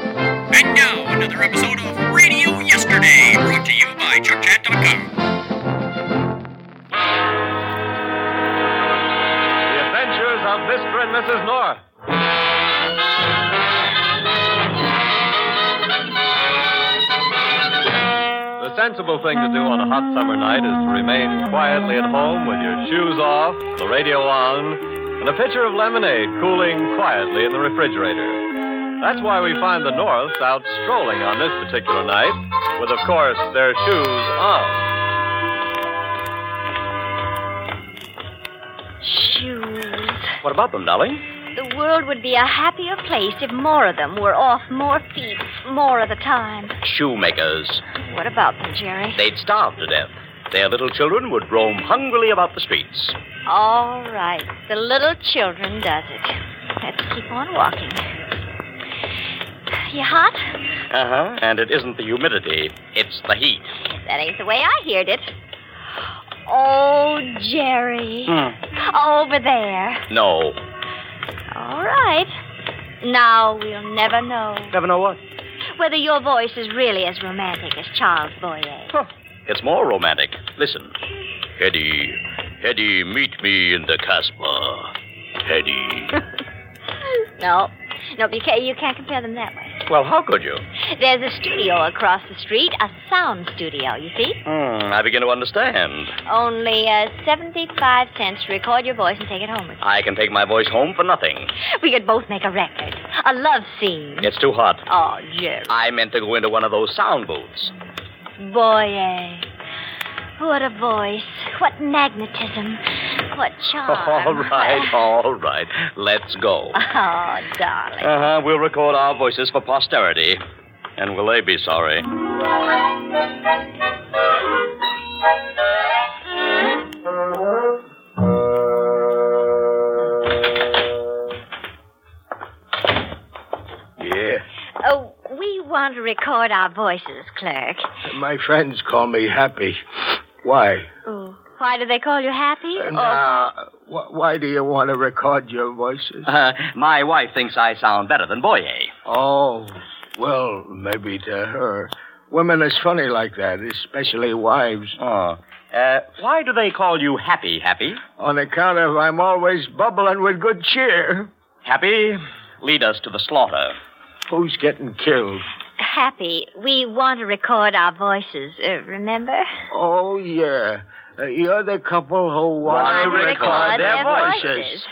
And now, another episode of Radio Yesterday, brought to you by ChuckChat.com. The Adventures of Mr. and Mrs. North. The sensible thing to do on a hot summer night is to remain quietly at home with your shoes off, the radio on, and a pitcher of lemonade cooling quietly in the refrigerator. That's why we find the Norths out strolling on this particular night, with, of course, their shoes on. Shoes. What about them, Dolly? The world would be a happier place if more of them were off more feet more of the time. shoemakers. What about them, Jerry? They'd starve to death. Their little children would roam hungrily about the streets. All right. The little children does it. Let's keep on walking. You hot? Uh huh. And it isn't the humidity, it's the heat. That ain't the way I heard it. Oh, Jerry. Hmm. Over there. No. All right. Now we'll never know Never know what? whether your voice is really as romantic as Charles Boyer. It's more romantic. Listen. Hetty, Hetty, meet me in the Casbah. Hetty. No. No, you can't, you can't compare them that way. well, how could you? There's a studio across the street, a sound studio, you see? Hmm, I begin to understand. Only uh, 75 cents to record your voice and take it home with I can take my voice home for nothing. you. We could both make a record, a love scene. It's too hot. Oh, Jerry. I meant to go into one of those sound booths. Boy, eh. what a voice. What magnetism. What charm. All right, all right. Let's go. Oh, darling. Uh huh. We'll record our voices for posterity. And will they be sorry? Yeah. Oh, we want to record our voices, clerk. My friends call me Happy. Why? Ooh. Why do they call you happy? Oh. Now, wh- why do you want to record your voices? Uh, my wife thinks I sound better than Boyer. Oh, well, maybe to her. Women is funny like that, especially wives. Oh. Uh, why do they call you Happy Happy? On account of I'm always bubbling with good cheer. Happy, lead us to the slaughter. Who's getting killed? Happy, we want to record our voices, uh, remember? Oh, yeah. Uh, you're the couple who Want want to record their voices.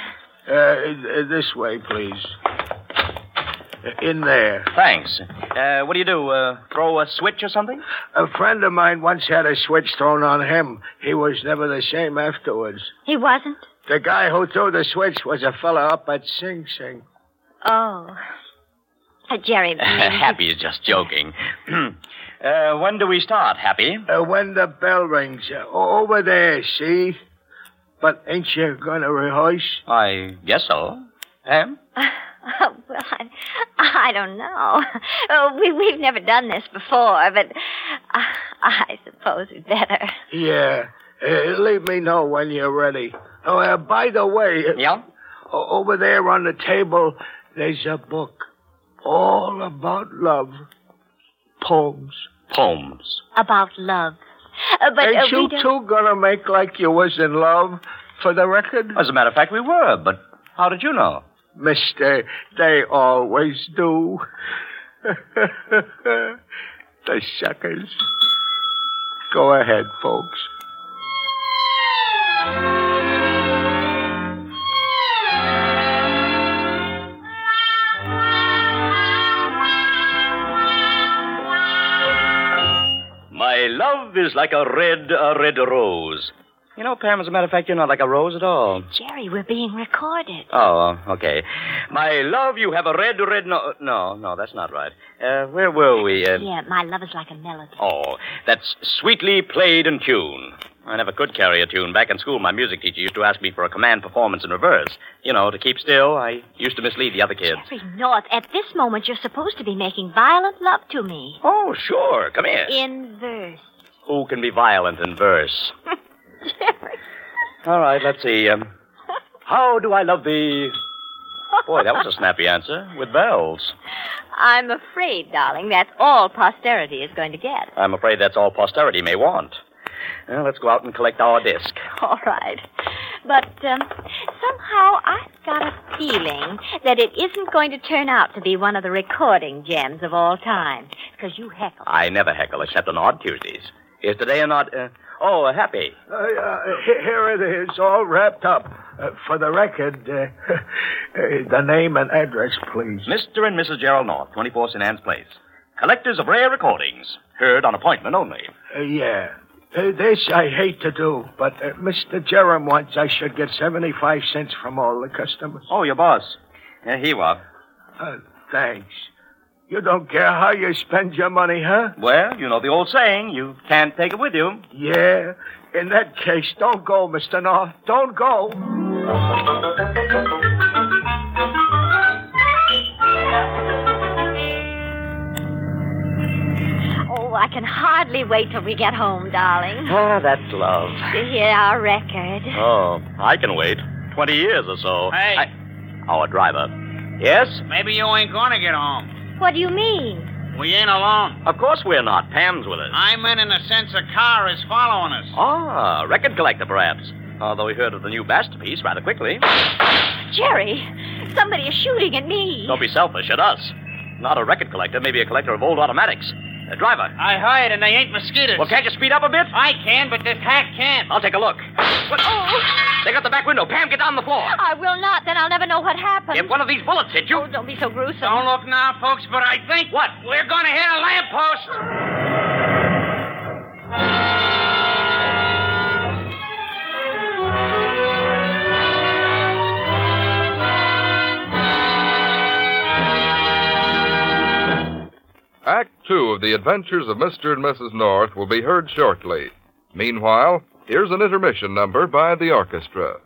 Uh, uh, this way, please. Uh, In there. Thanks. Uh, what do you do? Uh, throw a switch or something? A friend of mine once had a switch thrown on him. He was never the same afterwards. He wasn't? The guy who threw the switch was a fella up at Sing Sing. Oh. Uh, Jerry, maybe- Happy is just joking. uh, when do we start, Happy? Uh, when the bell rings, uh, o- over there, see? But ain't you gonna rehearse? I guess so. Eh? Pam? Oh, well, I, I don't know. Oh, we, we've never done this before, but uh, I suppose we'd better. Yeah. Uh, leave me know when you're ready. Oh, uh, by the way, uh, Yeah? o- over there on the table, there's a book all about love. Poems. Poems. About love. Uh, but uh, Ain't we you don't... two gonna make like you was in love for the record? As a matter of fact, we were, but how did you know? Mister, they always do. the suckers. Go ahead, folks. My love is like a red, a red rose. You know, Pam, as a matter of fact, you're not like a rose at all. Jerry, we're being recorded. Oh, okay. My love, you have a red, red. No, no, no, that's not right. Uh, where were we? Uh, Yeah, my love is like a melody. Oh, that's sweetly played in tune. I never could carry a tune. Back in school, my music teacher used to ask me for a command performance in reverse. You know, to keep still, I used to mislead the other kids. Jerry North, at this moment you're supposed to be making violent love to me. Oh, sure. Come here. In verse. Who can be violent in verse? Jerry. All right, let's see. Um, how do I love thee? Boy, that was a snappy answer. With bells. I'm afraid, darling, that's all posterity is going to get. I'm afraid that's all posterity may want. Well, let's go out and collect our disc. All right. But um, somehow I've got a feeling that it isn't going to turn out to be one of the recording gems of all time. Because you heckle. I never heckle except on odd Tuesdays. Is today an odd. Uh, oh, a happy. Uh, uh, he- here it is, all wrapped up. Uh, for the record, uh, uh, the name and address, please. Mr. and Mrs. Gerald North, 24 St. Anne's Place. Collectors of rare recordings. Heard on appointment only. Uh, yeah. Uh, this I hate to do, but uh, Mr. Jerem wants I should get 75 cents from all the customers. Oh, your boss. Yeah, here you are. Uh, thanks. You don't care how you spend your money, huh? Well, you know the old saying, you can't take it with you. Yeah. In that case, don't go, Mr. North. Don't go. Oh, I can hardly wait till we get home, darling, Ah, that's love. to hear our record. Oh, I can wait. 20 years or so. Hey. I- Our driver. Yes? Maybe you ain't gonna get home. What do you mean? We ain't alone. Of course we're not. Pam's with us. I meant in the sense a car is following us. Ah, record collector, perhaps. Although he heard of the new masterpiece rather quickly. Jerry, somebody is shooting at me. Don't be selfish at us. Not a record collector, maybe a collector of old automatics. A driver. I heard, and they ain't mosquitoes. Well, can't you speed up a bit? I can, but this hack can't. I'll take a look. What? Oh, They got the back window. Pam, get down on the floor. I will not. Then I'll never know what happened. If one of these bullets hit you. Oh, don't be so gruesome. Don't look now, folks, but I think What? we're gonna hit a lamppost. Act two of The Adventures of Mr. and Mrs. North will be heard shortly. Meanwhile, here's an intermission number by the orchestra.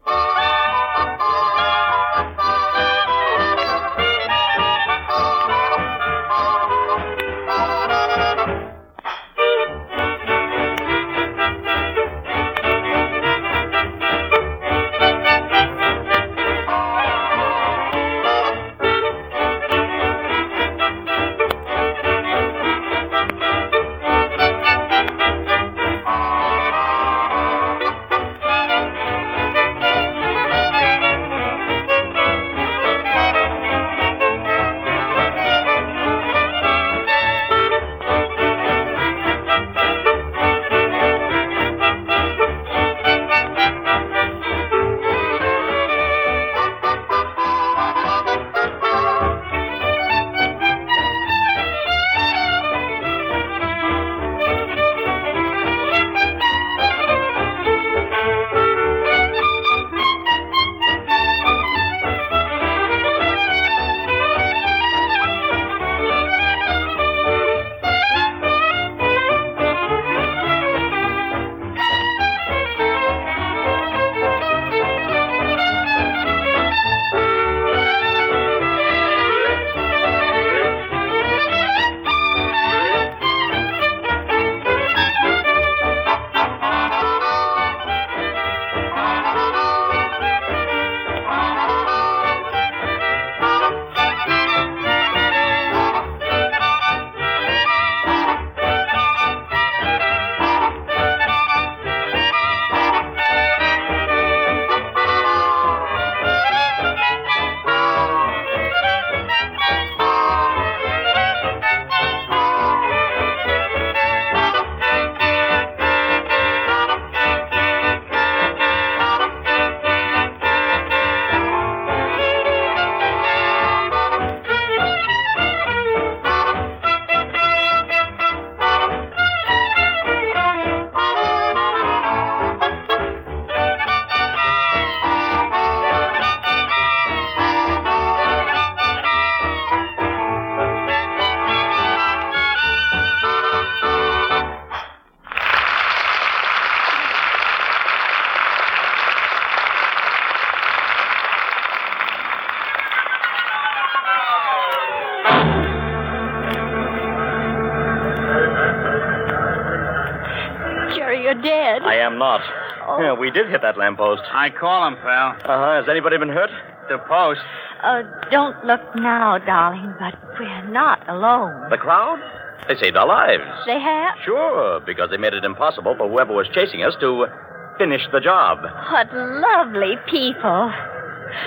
Jerry, you're dead. I am not. Oh. Yeah, we did hit that lamppost. I call him, pal. Uh-huh. Has anybody been hurt? The post. Oh, don't look now, darling, but we're not alone. The crowd? They saved our lives. They have? Sure, because they made it impossible for whoever was chasing us to finish the job. What lovely people.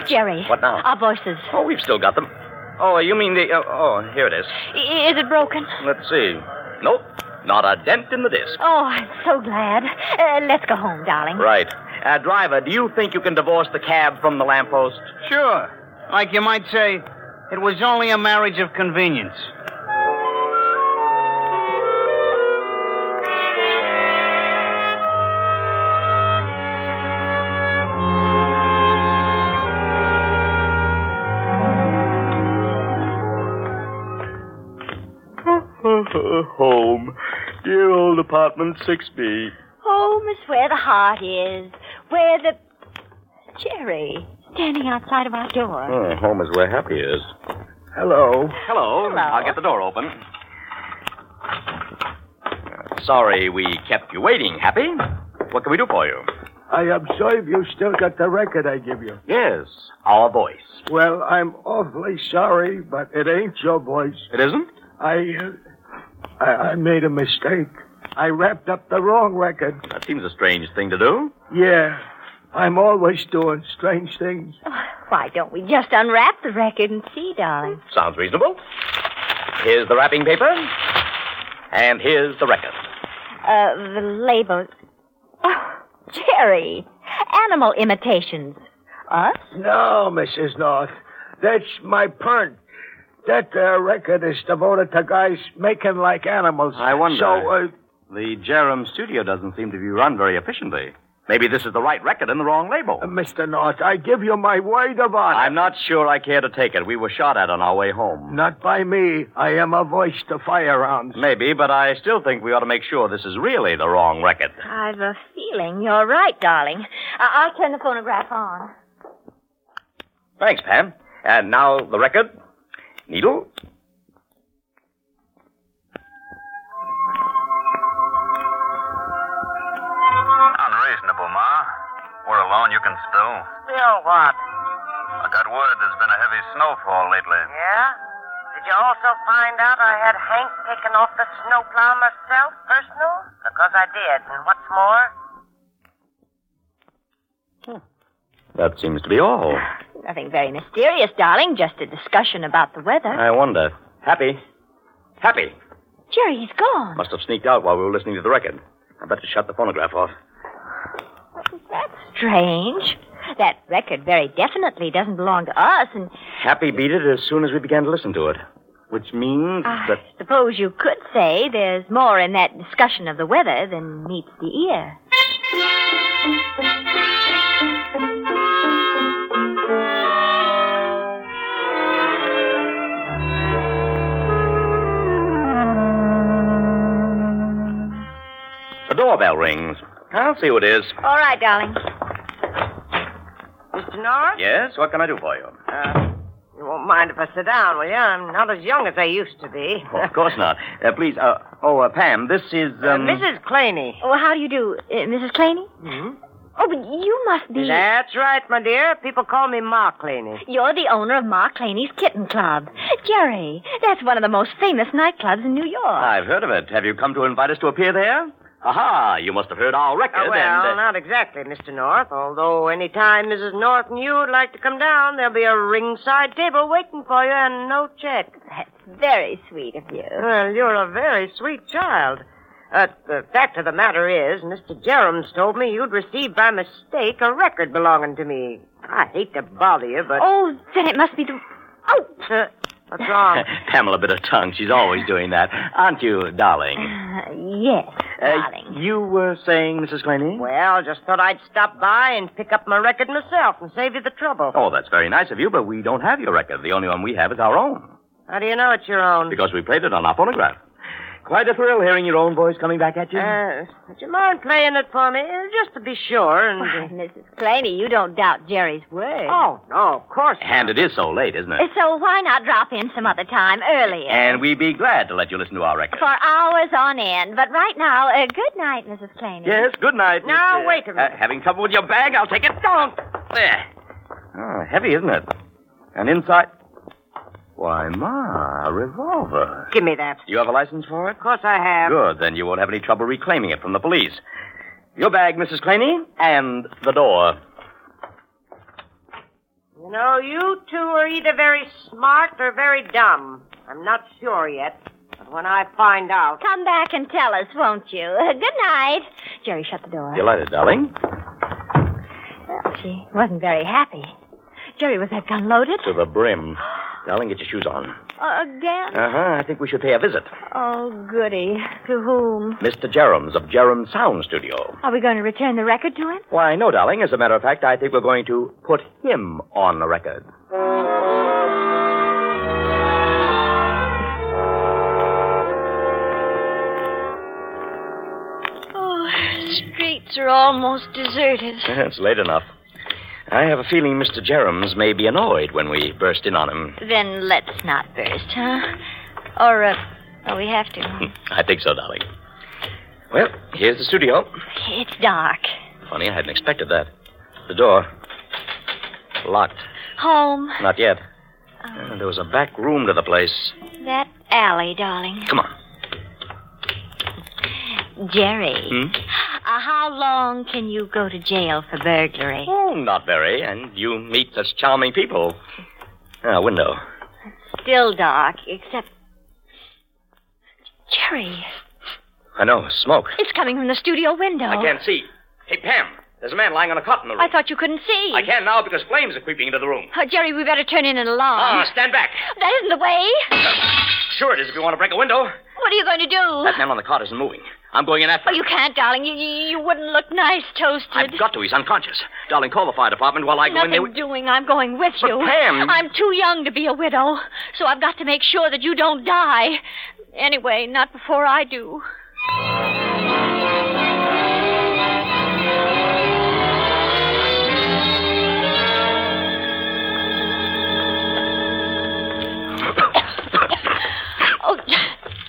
Jerry. What now? Our voices. Oh, we've still got them. Oh, you mean the. Uh, oh, here it is. I- is it broken? Let's see. Nope, not a dent in the disc. Oh, I'm so glad. Uh, let's go home, darling. Right. Uh, driver, do you think you can divorce the cab from the lamppost? Sure. Like you might say, it was only a marriage of convenience. Home. Dear old apartment 6B. Home is where the heart is, where the. Jerry, standing outside of our door. Oh, home is where happy is. Hello. Hello. Hello. I'll get the door open. Uh, Sorry we kept you waiting, Happy. What can we do for you? I observe you still got the record I give you. Yes, our voice. Well, I'm awfully sorry, but it ain't your voice. It isn't? I, uh, I, I made a mistake. I wrapped up the wrong record. That seems a strange thing to do. Yeah, I'm always doing strange things. Oh, why don't we just unwrap the record and see, darling? Sounds reasonable. Here's the wrapping paper. And here's the record. Uh, the label. Oh, Jerry, animal imitations. Us? No, Mrs. North, that's my point. That uh, record is devoted to guys making like animals. I wonder. So, uh, The Jerem studio doesn't seem to be run very efficiently. Maybe this is the right record and the wrong label. Mr. Uh, North, I give you my word of honor. I'm not sure I care to take it. We were shot at on our way home. Not by me. I am a voice to firearms. Maybe, but I still think we ought to make sure this is really the wrong record. I've a feeling you're right, darling. I- I'll turn the phonograph on. Thanks, Pam. And now the record. Needle. Unreasonable, Ma. We're alone, you can stew. Still what? I got word there's been a heavy snowfall lately. Yeah? Did you also find out I had Hank taken off the snowplow myself, personal? Because I did. And what's more, That seems to be all. Nothing very mysterious, darling. Just a discussion about the weather. I wonder. Happy. Happy. Jerry, he's gone. Must have sneaked out while we were listening to the record. I better shut the phonograph off. That's strange. That record very definitely doesn't belong to us, and Happy beat it as soon as we began to listen to it. Which means I that. suppose you could say there's more in that discussion of the weather than meets the ear. The doorbell rings. I'll see who it is. All right, darling. Mr. Norris? Yes, what can I do for you? Uh, you won't mind if I sit down, will you? I'm not as young as I used to be. Oh, of course not. Uh, please, uh, oh, uh, Pam, this is, um... Uh, Mrs. Claney. Oh, how do you do, uh, Mrs. Claney? Hmm? Oh, but you must be. That's right, my dear. People call me Ma Claney. You're the owner of Ma Claney's Kitten Club. Jerry, that's one of the most famous nightclubs in New York. I've heard of it. Have you come to invite us to appear there? Aha, you must have heard our record Uh, well, and... uh, not exactly, Mr. North. Although any time Mrs. North and you would like to come down, there'll be a ringside table waiting for you and no check. That's very sweet of you. Well, you're a very sweet child. Uh, the fact of the matter is, Mr. Jerems told me you'd received by mistake a record belonging to me. I hate to bother you, but. Oh, then it must be the. Oh, Uh, what's wrong? Pamela bit of tongue. She's always doing that. Aren't you, darling? uh, yes, darling. Uh, you were saying, Mrs. Claney? well, just thought I'd stop by and pick up my record myself and save you the trouble. Oh, that's very nice of you, but we don't have your record. The only one we have is our own. How do you know it's your own? Because we played it on our phonograph. Quite a thrill hearing your own voice coming back at you. Uh, would you mind playing it for me? Uh, Just to be sure. Why, And, Mrs. Claney, you don't doubt Jerry's word. oh, no, of course. not. and it is so late, isn't it? So why not drop in some other time earlier? And we'd be glad to let you listen to our record. For hours on end. But right now, uh, good night, Mrs. Claney. Yes, good night. Now, Miss, uh, wait a minute. uh, having trouble with your bag? I'll take it. Don't. There. Oh, Ah, heavy, isn't it? And inside. Why, Ma, a revolver. Give me that. Do you have a license for it? Of course I have. Good. Then you won't have any trouble reclaiming it from the police. Your bag, Mrs. Claney, and the door. You know, you two are either very smart or very dumb. I'm not sure yet, but when I find out. Come back and tell us, won't you? Uh, Good night. Jerry, shut the door. Delighted, darling. Well, she wasn't very happy. Jerry, was that gun loaded? To the brim. Darling, get your shoes on. Uh, again? Uh huh. I think we should pay a visit. Oh, goody. To whom? Mr. Jerem's of Jerem Sound Studio. Are we going to return the record to him? Why, no, darling. As a matter of fact, I think we're going to put him on the record. Oh, streets are almost deserted. it's late enough. I have a feeling Mr. Jerem's may be annoyed when we burst in on him. Then let's not burst, huh? Or, uh, oh, we have to. I think so, darling. Well, here's the studio. It's dark. Funny, I hadn't expected that. The door. Locked. Home. Not yet. Uh, there was a back room to the place. That alley, darling. Come on. Jerry. Hmm? Uh, how long can you go to jail for burglary? Oh, not very. And you meet such charming people. Ah, window. Still dark, except. Jerry, I know, smoke. it's coming from the studio window. I can't see. Hey, Pam, there's a man lying on a cot in the room. I thought you couldn't see. I can now because flames are creeping into the room. Oh, Jerry, we better turn in an alarm. Ah, stand back. that isn't the way. Sure it is if you want to break a window. What are you going to do? That man on the cot isn't moving. I'm going in after Oh, you can't, darling. You, you you wouldn't look nice toasted. I've got to. He's unconscious. Darling, call the fire department while I go in Nothing there. doing. I'm going with But, you. Pam- I'm too young to be a widow, so I've got to make sure that you don't die. Anyway, not before I do. Oh,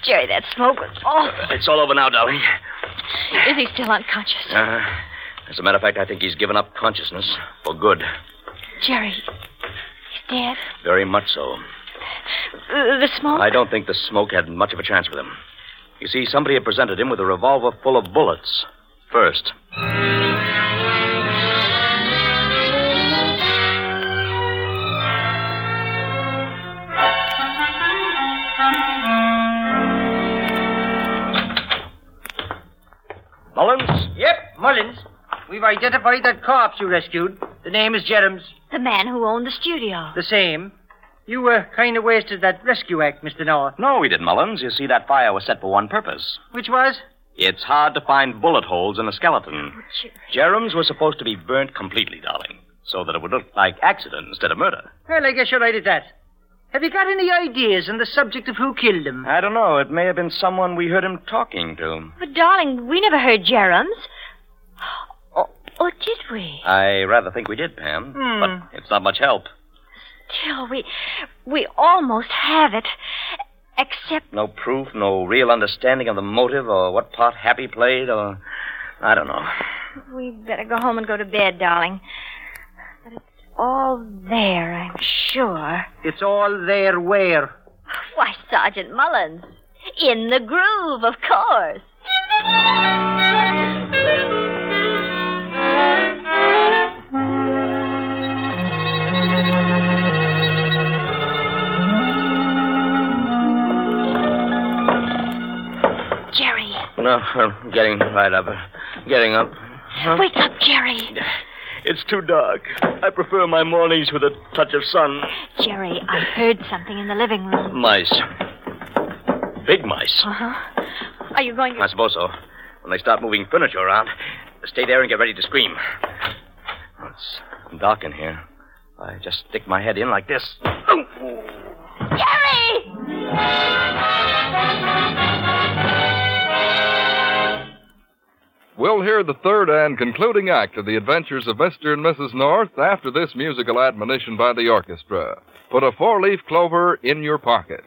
Jerry, that smoke was awful. It's all over now, darling. Is he still unconscious? Uh, as a matter of fact, I think he's given up consciousness for good. Jerry, he's dead. Very much so. Uh, the smoke? I don't think the smoke had much of a chance with him. You see, somebody had presented him with a revolver full of bullets first. Mullins? Yep, Mullins. We've identified that corpse you rescued. The name is Jerems. The man who owned the studio. The same. You were kind of wasted that rescue act, Mr. Noah, No, we didn't, Mullins. You see, that fire was set for one purpose. which was It's hard to find bullet holes in a skeleton. Jerry. Jerems was supposed to be burnt completely, darling, so that it would look like accident instead of murder. Well, I guess you're right at that. Have you got any ideas on the subject of who killed him? I don't know. It may have been someone we heard him talking to. But, darling, we never heard Jerems. Or, or did we? I rather think we did, Pam. Hmm. But it's not much help. Till we, we almost have it. Except, No proof, no real understanding of the motive or what part Happy played or. I don't know. we better go home and go to bed, darling. But it's all there, I'm sure. It's all there where? Why, Sergeant Mullins. In the groove, of course. Jerry. No, I'm getting right up. Getting up. Wake up, Jerry. It's too dark. I prefer my mornings with a touch of sun. Jerry, I heard something in the living room. Mice. Big mice. Uh huh. Are you going to. I suppose so. When they start moving furniture around, stay there and get ready to scream. It's dark in here. I just stick my head in like this. Jerry! We'll hear the third and concluding act of the adventures of Mr. and Mrs. North after this musical admonition by the orchestra. Put a four leaf clover in your pocket.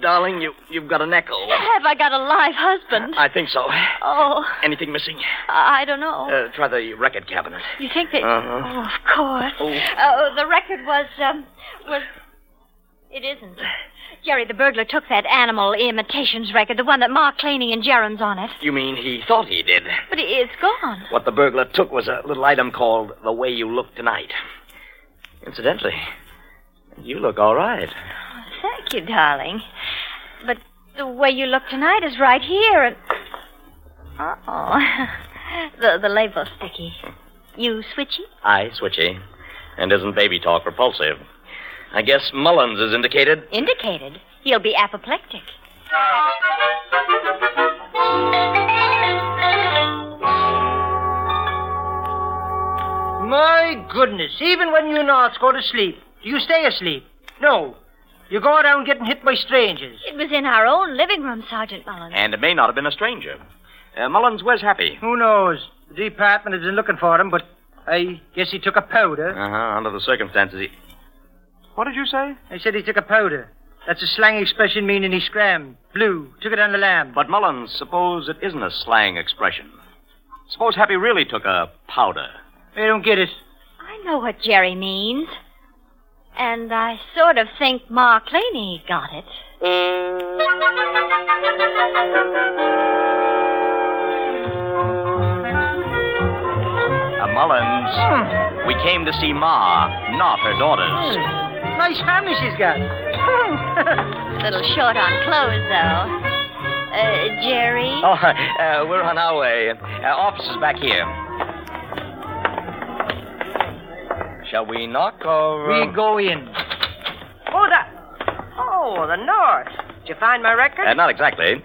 Darling, you, you've got an echo. Have I got a live husband? I think so. Oh, Anything missing? I don't know. Uh, try the record cabinet. you think they? Uh-huh. Oh, of course. Oh. Uh, the record was um, was. It isn't. Jerry, the burglar took that animal imitations record, the one that Mark Claney and Jerem's on it. You mean he thought he did? But it- it's gone. What the burglar took was a little item called The Way You Look Tonight. Incidentally, you look all right. Thank you, darling. But the way you look tonight is right here. And... Uh-oh. the, the label's sticky. You switchy? I switchy. And isn't baby talk repulsive? I guess Mullins is indicated. Indicated. He'll be apoplectic. My goodness, even when you not go to sleep, do you stay asleep? No. You go around getting hit by strangers. It was in our own living room, Sergeant Mullins. And it may not have been a stranger. Uh, Mullins was happy. Who knows? The department has been looking for him, but I guess he took a powder. Uh huh. Under the circumstances, he. What did you say? I said he took a powder. That's a slang expression meaning he scrammed, blew, took it on the lamb. But Mullins, suppose it isn't a slang expression. Suppose Happy really took a powder. I don't get it. I know what Jerry means. And I sort of think Ma Claney got it. Uh, Mullins, we came to see Ma, not her daughters. Nice family she's got. Little short on clothes, though. Uh, Jerry? Oh, uh, we're on our way. Uh, officer's back here. Shall we knock or? We um, go in. Hold up. Oh, the North. Did you find my record? Uh, not exactly.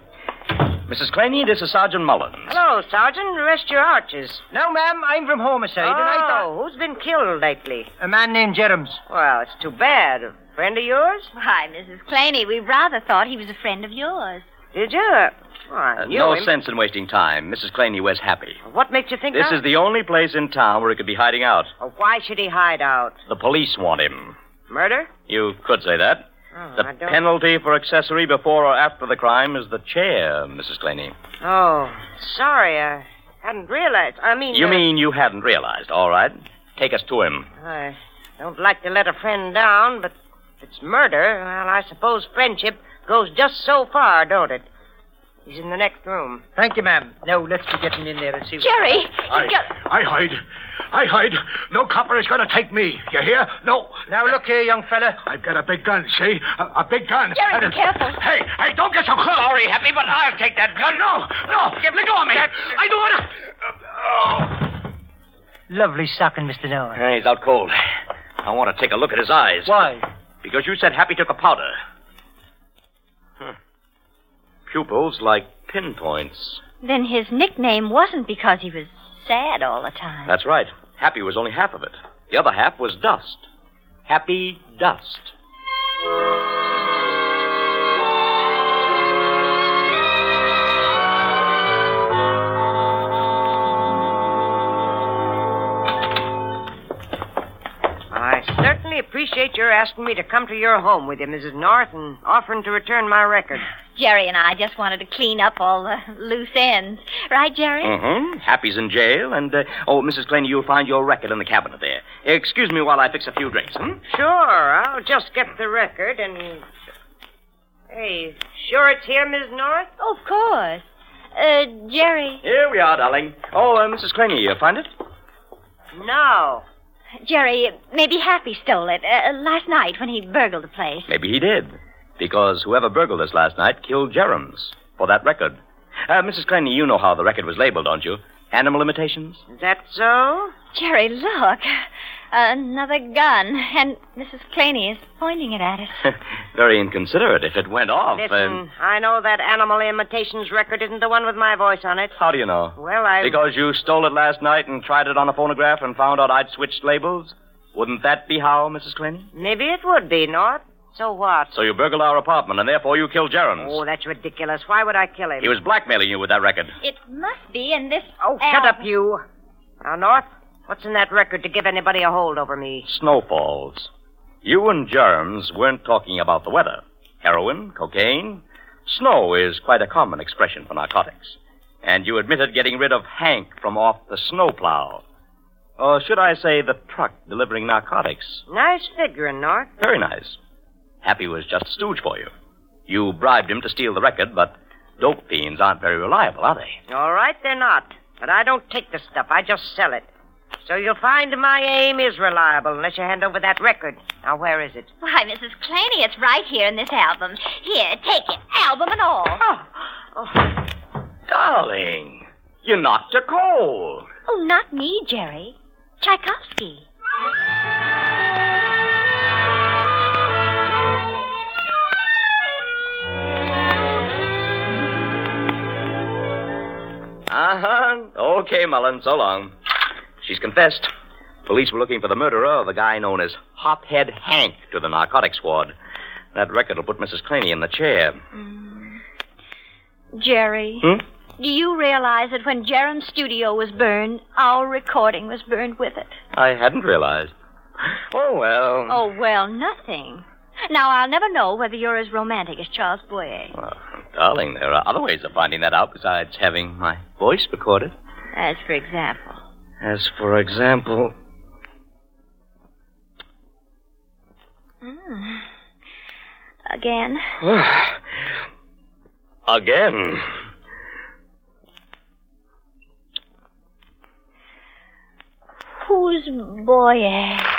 Mrs. Claney, this is Sergeant Mullins. Hello, Sergeant. Rest your arches. No, ma'am, I'm from homicide. and I thought- Oh, who's been killed lately? A man named Jerems. Well, it's too bad. A friend of yours? Why, Mrs. Claney, we rather thought he was a friend of yours. Did you? Oh, I Uh, knew no him. sense in wasting time. Mrs. Claney was happy. What makes you think This that? is the only place in town where he could be hiding out. Oh, why should he hide out? The police want him. Murder? You could say that. Oh, The I don't... penalty for accessory before or after the crime is the chair, Mrs. Claney. Oh, sorry. I hadn't realized. I mean... You uh, mean you hadn't realized, all right? Take us to him. I don't like to let a friend down, but if it's murder, well, I suppose friendship goes just so far, don't it? He's in the next room. Thank you, ma'am. Now, let's be getting in there and see what... Jerry! I, I hide. I hide. No copper is going to take me. You hear? No. Now, look here, young fella. I've got a big gun, see? A, a big gun. Jerry, And be it- careful. Hey, hey, don't get so close. Sorry, Happy, but I'll take that gun. No, no. Let go of me. I don't want to. Lovely stocking, Mr. Noah. Hey, he's out cold. I want to take a look at his eyes. Why? Because you said Happy took a powder. Huh. Pupils like pinpoints. Then his nickname wasn't because he was sad all the time. That's right. Happy was only half of it. The other half was dust. Happy dust. I certainly appreciate your asking me to come to your home with you, Mrs. North, and offering to return my record. Jerry and I just wanted to clean up all the loose ends. Right, Jerry? Mm-hmm. Happy's in jail, and uh, oh, Mrs. Claney, you'll find your record in the cabinet there. Excuse me while I fix a few drinks. Hmm? Sure, I'll just get the record and. Hey, sure it's here, Miss North? Oh, of course. Uh, Jerry. Here we are, darling. Oh, uh, Mrs. Claney, you find it? No. Jerry, maybe Happy stole it uh, last night when he burgled the place. Maybe he did, because whoever burgled us last night killed Jerems for that record. Uh, Mrs. Claney, you know how the record was labeled, don't you? Animal imitations. Is that so? Jerry, look. Another gun, and Mrs. Claney is pointing it at us. Very inconsiderate. If it went off, Listen, um, I know that animal imitations record isn't the one with my voice on it. how do you know? Well, I. Because you stole it last night and tried it on a phonograph and found out I'd switched labels. Wouldn't that be how, Mrs. Claney? Maybe it would be, North. So what? So you burgled our apartment, and therefore you killed Jerems. Oh, that's ridiculous. Why would I kill him? He was blackmailing you with that record. It must be in this. Oh, shut up, you. Now, North, what's in that record to give anybody a hold over me? Snowfalls. You and Germs weren't talking about the weather. Heroin, cocaine, Snow is quite a common expression for narcotics. And you admitted getting rid of Hank from off the snowplow. Or should I say the truck delivering narcotics? Nice figuring, North. Very nice. Happy was just a stooge for you. You bribed him to steal the record, but dope fiends aren't very reliable, are they? All right, they're not. But I don't take the stuff. I just sell it. So you'll find my aim is reliable unless you hand over that record. Now, where is it? Why, Mrs. Claney, it's right here in this album. Here, take it, album and all. Oh, Darling, you knocked a coal. Oh, not me, Jerry. Tchaikovsky. Uh huh. Okay, Mullen, so long. She's confessed. Police were looking for the murderer of a guy known as Hophead Hank to the narcotics squad. That record will put Mrs. Claney in the chair. Mm. Jerry. Hmm? Do you realize that when Jerem's studio was burned, our recording was burned with it? I hadn't realized. Oh, well. Oh, well, nothing. Now, I'll never know whether you're as romantic as Charles Boyer. Darling, there are other ways of finding that out besides having my voice recorded. As for example. As for example. Hmm. Again? Again. Who's Boyer?